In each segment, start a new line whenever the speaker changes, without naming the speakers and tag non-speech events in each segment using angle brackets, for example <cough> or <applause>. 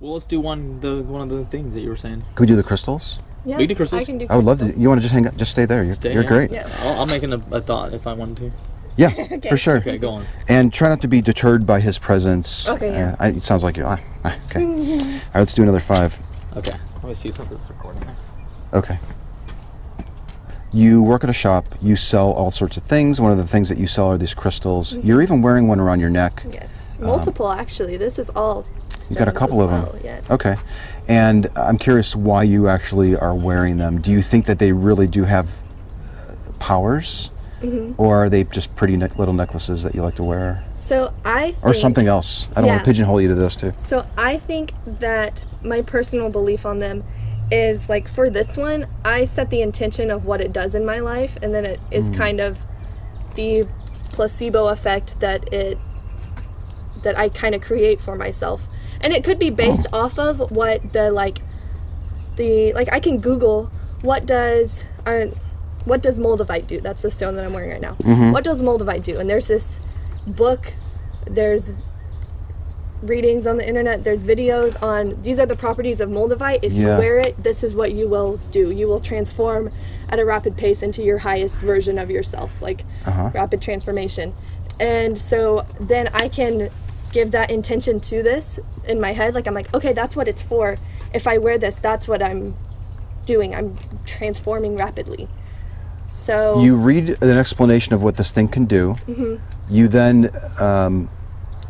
Well, let's do one the one of the things that you were saying.
Can we do the crystals?
Yeah,
We do crystals?
I can do.
I would love to.
crystals.
You want to just hang up? Just stay there. You're,
Stay
you're
here.
great.
Yeah.
I'll, I'll make an, a thought if I wanted <laughs>
Yeah,
Okay.
for sure.
to. Okay, go on.
And try not to be deterred by his presence.
Okay, yeah.
Uh, I, it sounds like you're. Ah, ah,
<laughs>
okay. All right, let's do another five.
Okay, let me see if this is recording.
Okay. You work at a shop, you sell all sorts of things. One of the things that you sell are these crystals.
Mm-hmm.
You're even wearing one around your neck.
Yes, multiple actually. This is all.
You Um, got a
stones
couple
as
of them.
well, Yes.
Okay. And I'm curious why you actually are wearing them. Do you think that they really do have uh, powers?
Mm-hmm.
Or are they just pretty ne- little necklaces that you like to wear?
So I.
Or
think-
something else? I don't want to
Yeah.
pigeonhole you to this, too.
So I think that my personal belief on them is like for this one, I set the intention of what it does in my life, and then it
Hmm.
is kind of the placebo effect that it that I kind of create for myself. And it
Oh.
could be based off of what the like the like I can Google what does uh, what does moldavite do? That's the stone that I'm wearing right now. What does moldavite do? And there's this book, there's readings on the internet, there's videos on these are the properties of moldavite. If
Yeah.
you wear it, this is what you will do. You will transform at a rapid pace into your highest version of yourself, like rapid transformation. And so then I can give that intention to this in my head. Like I'm like, okay, that's what it's for. If I wear this, that's what I'm doing. I'm transforming rapidly. So
You read an explanation of what this thing can do.
Mm-hmm.
You then um,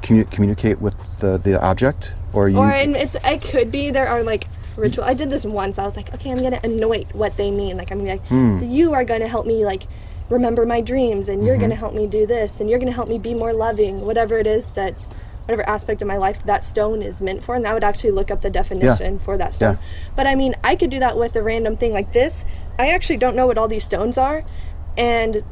commu- communicate with the, the object, or you.
or and it's it could be there are like ritual. I did this once. I was like, okay, I'm gonna anoint what they mean. Like I'm gonna be like, you are gonna help me like remember my dreams, and you're gonna help me do this, and you're gonna help me be more loving. Whatever it is that, whatever aspect of my life that stone is meant for, and I would actually look up the definition for that stone. But I mean, I could do that with a random thing like this. I actually don't know what all these stones are, and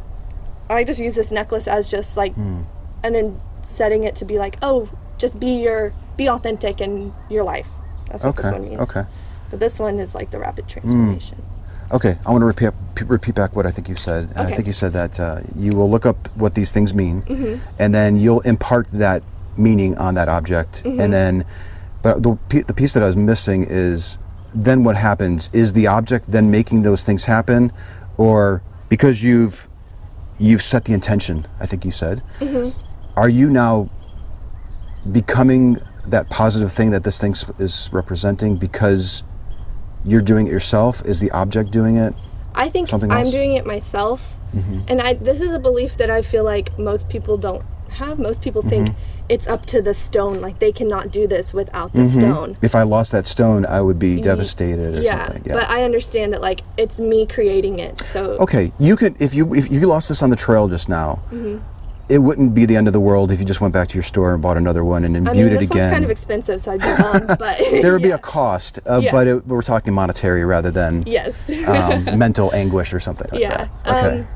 I just use this necklace as just like,
Hmm.
and then setting it to be like, oh, just be your, be authentic in your life. That's what
okay.
this one means.
Okay. Hmm.
But this one is like the rapid transformation.
Okay, I want to repeat, p- repeat back what I think you said. And I
Okay.
think you said that uh, you will look up what these things mean, and then you'll impart that meaning on that object. And then, but the, p- the piece that I was missing is then what happens? Is the object then making those things happen, or because you've you've set the intention? I think you said. Are you now becoming that positive thing that this thing s- is representing because you're doing it yourself? Is the object doing it?
I think
Something
I'm
else? Mm-hmm.
doing it myself, and I this is a belief that I feel like most people don't have. Most people think
Mm-hmm.
it's up to the stone, like they cannot do this without the stone.
If I lost that stone, I would be devastated Mm-hmm. or
Yeah,
something. Yeah.
but I understand that like it's me creating it. So
okay, you could if you if you lost this on the trail just now.
Mm-hmm.
It wouldn't be the end of the world if you just went back to your store and bought another one and
I
imbued
mean,
it
this
again.
one's kind of expensive, so I'd be bummed.
<laughs>
But
there would be
yeah.
a cost, uh,
Yeah.
but it, we're talking monetary rather than <laughs>
<laughs> yes. <laughs>
um, mental anguish or something like
Yeah.
that. Okay.
Um,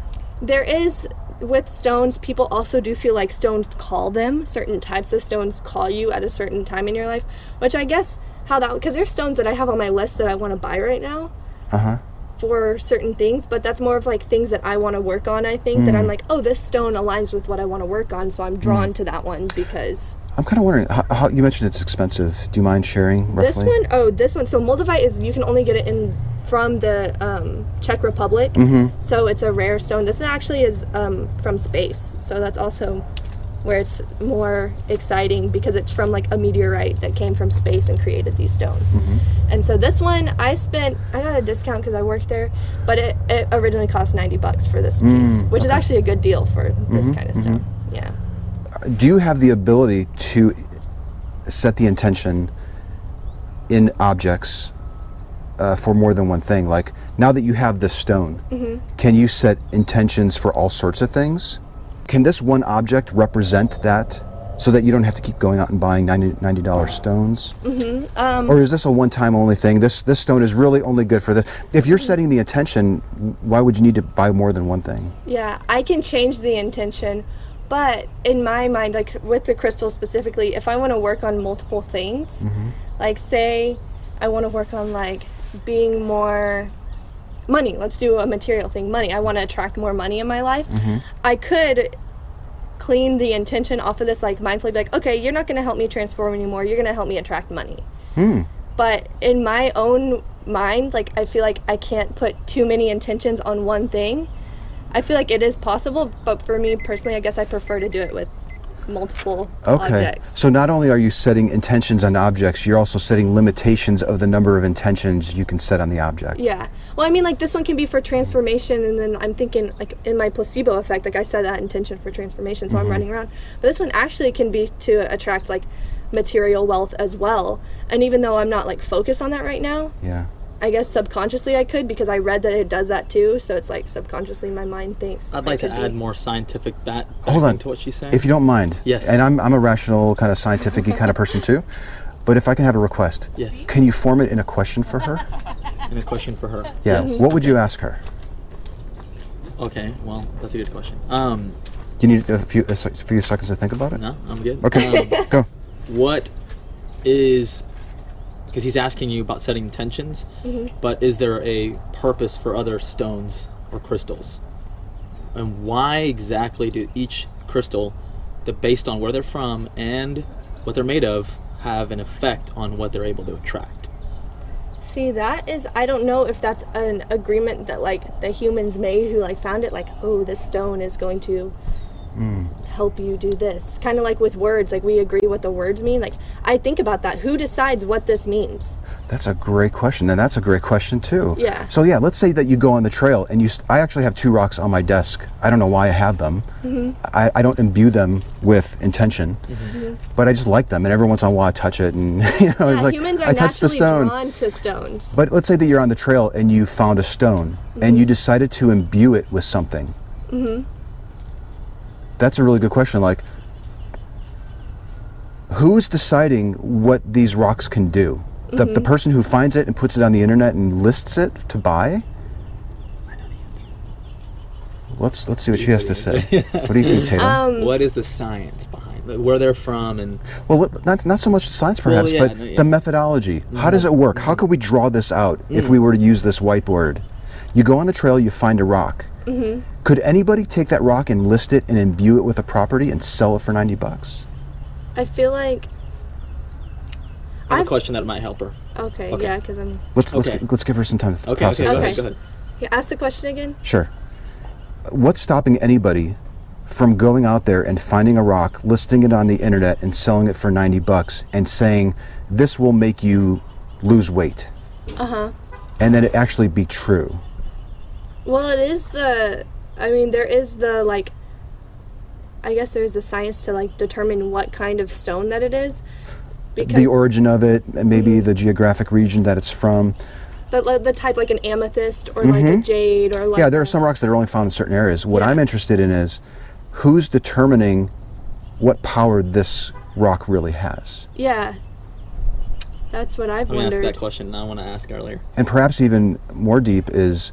there is with stones, people also do feel like stones call them. Certain types of stones call you at a certain time in your life, which I guess how that because there's stones that I have on my list that I want to buy right now.
uh-huh.
For certain things, but that's more of like things that I want to work on. I think that I'm like, oh, this stone aligns with what I want to work on, so I'm drawn to that one because
I'm kind of wondering how, how you mentioned it's expensive. Do you mind sharing
This
roughly?
one, oh, this one. So moldavite is you can only get it in from the um, Czech Republic. Mm-hmm. So it's a rare stone. This actually is um, from space. So that's also where it's more exciting because it's from like a meteorite that came from space and created these stones. And so this one, I spent I got a discount because I worked there, but it, it originally cost ninety bucks for this piece, which is actually a good deal for this kind of stone. Yeah.
do you have the ability to set the intention in objects uh, for more than one thing? Like now that you have this stone, can you set intentions for all sorts of things? Can this one object represent that so that you don't have to keep going out and buying 90 $90 stones? Mm-hmm. or is this a one time only thing? This, this stone is really only good for this. If you're setting the intention, why would you need to buy more than one thing?
Yeah, I can change the intention, but in my mind, like with the crystal specifically, if I want to work on multiple things, like say I want to work on like being more money, let's do a material thing, money. I want to attract more money in my life. I could clean the intention off of this like mindfully be like okay you're not going to help me transform anymore you're going to help me attract money but in my own mind like i feel like i can't put too many intentions on one thing i feel like it is possible but for me personally i guess i prefer to do it with multiple
Okay.
objects
So not only are you setting intentions on objects, you're also setting limitations of the number of intentions you can set on the object.
yeah well i mean like this one can be for transformation and then i'm thinking like in my placebo effect like i said that intention for transformation so i'm running around but this one actually can be to attract like material wealth as well and even though i'm not like focused on that right now
Yeah.
I guess subconsciously I could because I read that it does that too. So it's like subconsciously my mind thinks.
I'd
I
like to
could be.
add more scientific that
Hold on.
to what she's saying.
If you don't mind.
Yes.
And I'm, I'm a rational, kind of scientific kind of person too. But if I can have a request,
Yes.
can you form it in a question for
<laughs>
her?
and a question for her.
Yeah.
Yes.
What would you ask her?
Okay. Well, that's a good question. Um,
You need a few, a se- few seconds to think about it?
no, I'm good.
Okay.
Um,
Go.
what is because he's asking you about setting intentions,
Mm-hmm.
but is there a purpose for other stones or crystals? And why exactly do each crystal, the based on where they're from and what they're made of, have an effect on what they're able to attract?
See, that is, I don't know if that's an agreement that like the humans made who like found it, like, oh, this stone is going to
Hmm.
help you do this. Kind of like with words, like we agree what the words mean. Like, I think about that. Who decides what this means?
That's a great question, and that's a great question too.
Yeah.
So yeah, let's say that you go on the trail, and you. St- I actually have two rocks on my desk. I don't know why I have them.
Mm-hmm.
I, I don't imbue them with intention, but I just like them, and every once in a while I touch it, and <laughs> you know, it's
Mm-hmm. Yeah,
like
humans are
I touched the
naturally
stone.
drawn to stones.
But let's say that you're on the trail and you found a stone, and you decided to imbue it with something. Mm-hmm. That's a really good question. Like, who's deciding what these rocks can do? The, the person who finds it and puts it on the internet and lists it to buy? Let's let's see what she has to say. What do you think, Taylor?
Um,
what is the science behind like, where they're from and
well, let- not not so much the science,
Well,
perhaps,
yeah,
but
no, yeah. Mm-hmm.
the methodology. How does it work? How could we draw this out if
Mm.
we were to use this whiteboard? You go on the trail, you find a rock. Could anybody take that rock and list it and imbue it with a property and sell it for ninety bucks?
I feel like,
I have
I've-
a question that might help her.
okay,
Okay.
yeah, because I'm.
Let's let's,
Okay.
gi- let's give her some time to th-
Okay, okay,
process
go
this.
ahead, go ahead.
Yeah, ask the question again.
Sure. What's stopping anybody from going out there and finding a rock, listing it on the internet, and selling it for 90 bucks and saying, this will make you lose weight? Uh huh. And then it actually be true.
Well, it is the. I mean, there is the like. I guess there's the science to like determine what kind of stone that it is, because
The origin of it, and maybe
Mm-hmm.
the geographic region that it's from.
the, like, the type like an amethyst or like a jade or like.
Mm-hmm. Yeah, there
a-
are some rocks that are only found in certain areas. What
Yeah.
I'm interested in is who's determining what power this rock really has.
Yeah. That's what I've
I'm gonna ask
wondered.
that question and I wanna ask earlier.
And perhaps even more deep is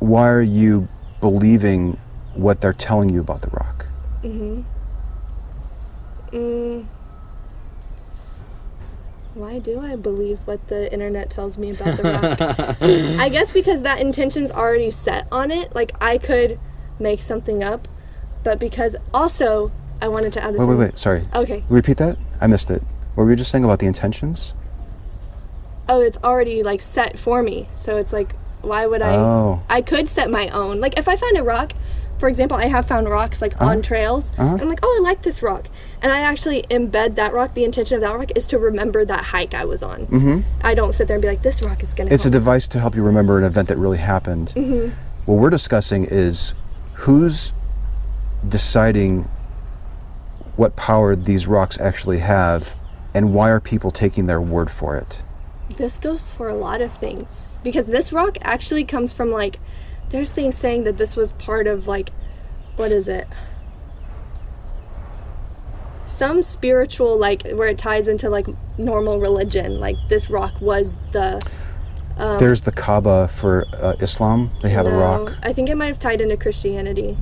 why are you believing what they're telling you about the rock?
Mm. Why do I believe what the internet tells me about the rock?
<laughs>
I guess because that intention's already set on it. Like I could make something up, but because also I wanted to add this.
Wait, wait,
in.
wait. Sorry.
Okay.
Repeat that? I missed it. What were you just saying about the intentions?
oh it's already like set for me so it's like why would i
Oh.
i could set my own like if i find a rock for example i have found rocks like on trails i'm like oh i like this rock and i actually embed that rock the intention of that rock is to remember that hike i was on mm-hmm. i don't sit there and be like this rock is gonna
It's a
help me."
device to help you remember an event that really happened. What we're discussing is who's deciding what power these rocks actually have and why are people taking their word for it?
this goes for a lot of things because this rock actually comes from like there's things saying that this was part of like what is it some spiritual like where it ties into like normal religion like this rock was the
There's the Kaaba for uh, Islam. They have a
no,
rock.
i think it might have tied into christianity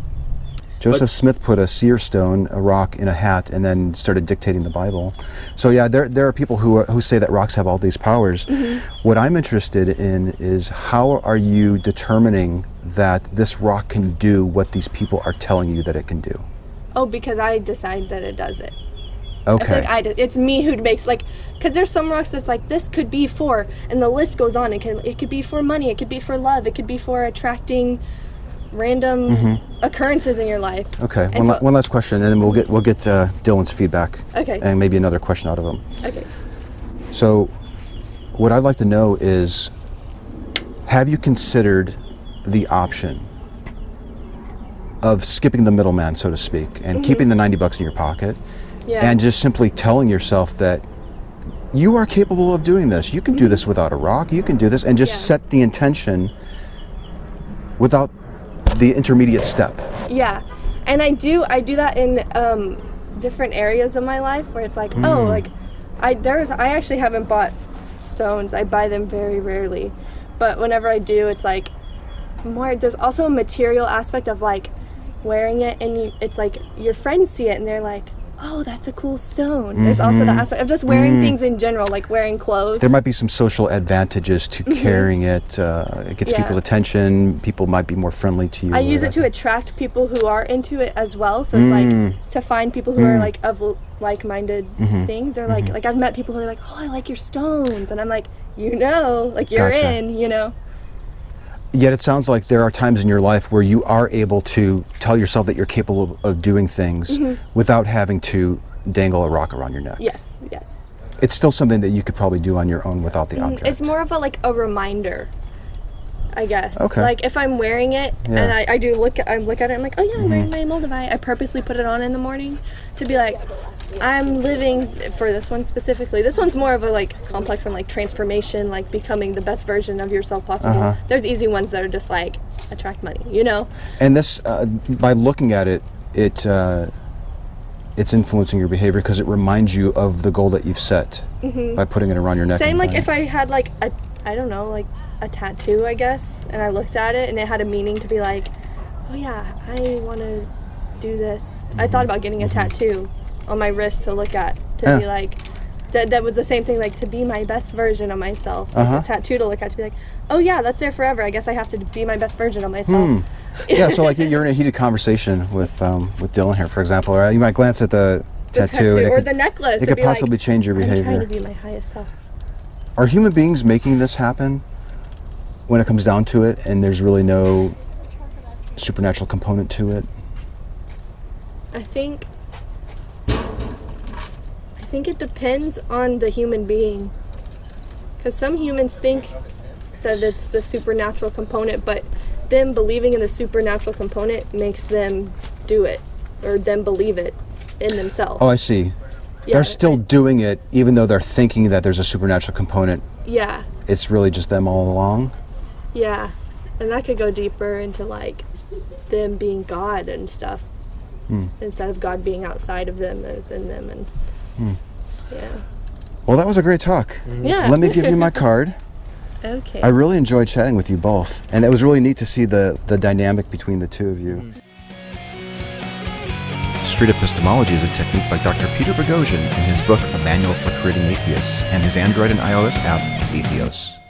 Joseph Smith put a seer stone, a rock, in a hat, and then started dictating the Bible. So yeah, there, there are people who are, who say that rocks have all these powers.
Mm-hmm.
What I'm interested in is how are you determining that this rock can do what these people are telling you that it can do?
oh because i decide that it does it I
Okay.
think I do. It's me who makes like, because there's some rocks that's like this could be for, and the list goes on. It can it could be for money, it could be for love, it could be for attracting random occurrences in your life.
Mm-hmm. okay.
And
One, la-
so-
one last question, and then we'll get we'll get uh, Dylan's feedback.
Okay.
And maybe another question out of him.
Okay.
So, what I'd like to know is have you considered the option of skipping the middleman, so to speak, and keeping the 90 bucks in your pocket
Mm-hmm. Yeah.
and just simply telling yourself that you are capable of doing this? You can do this without a rock, you can do this, and just
Mm-hmm. Yeah.
set the intention without the intermediate step.
Yeah, and I do I do that in um, different areas of my life where it's like, oh, like I there's I actually haven't bought stones. I buy them very rarely, but whenever I do, it's like more. There's also a material aspect of like wearing it, and you, it's like your friends see it and they're like. Oh, that's a cool stone. There's also the aspect of just wearing things in general, like wearing clothes.
There might be some social advantages to carrying it. Uh, it gets
Mm-hmm. Yeah.
people attention. People might be more friendly to you.
I use
or
it
that-
to attract people who are into it as well. So it's
Mm.
like to find people who are like of l- like-minded
Mm-hmm.
things. Or like like I've met people who are like, oh, I like your stones, and I'm like, you know, like you're
Gotcha.
in, you know.
Yet it sounds like there are times in your life where you are able to tell yourself that you're capable of, of doing things
Mm-hmm.
without having to dangle a rock around your neck.
Yes, yes.
It's still something that you could probably do on your own without the object.
Mm, It's more of a like a reminder, I guess.
Okay.
Like if I'm wearing it
Yeah. Mm-hmm.
and I, I do look I look at it, I'm like, oh yeah, I'm wearing my Moldavite. I purposely put it on in the morning to be like, I'm living for this one specifically. This one's more of a like complex one, like transformation, like becoming the best version of yourself possible.
Uh-huh.
There's easy ones that are just like attract money, you know?
And this, uh, by looking at it, it uh, it's influencing your behavior because it reminds you of the goal that you've set by putting it around your neck.
Mm-hmm.
and
Same like
buying
if I had like a I don't know, like a tattoo, I guess, and I looked at it and it had a meaning to be like, Oh yeah, I wanna do this. I
Mm-hmm.
thought about getting a tattoo on my wrist to look at to be
Yeah.
like that, that was the same thing like to be my best version of myself like,
Uh-huh.
a tattoo to look at to be like oh yeah that's there forever i guess i have to be my best version of myself
Hmm. yeah, so like you're in a heated conversation with um, with Dylan here, for example, or you might glance at the,
<laughs> The
tattoo, and it
or
could,
the necklace
it
and
could
be like,
possibly change your
i'm
behavior.
trying to be my highest self
are human beings making this happen when it comes down to it and there's really no supernatural component to it
I think I think it depends on the human being. Cuz some humans think that it's the supernatural component, but them believing in the supernatural component makes them do it or them believe it in themselves.
oh i see
Yeah.
they're still doing it even though they're thinking that there's a supernatural component
Yeah.
it's really just them all along
Yeah. And that could go deeper into like them being God and stuff.
Hmm.
Instead of God being outside of them, it's in them and
Hmm.
Yeah.
well that was a great talk
Yeah.
let me give
<laughs>
you my card
Okay.
i really enjoyed chatting with you both and it was really neat to see the the dynamic between the two of you Street epistemology is a technique by Dr. Peter Boghossian in his book A Manual for Creating Atheists and his Android and iOS app, Atheos.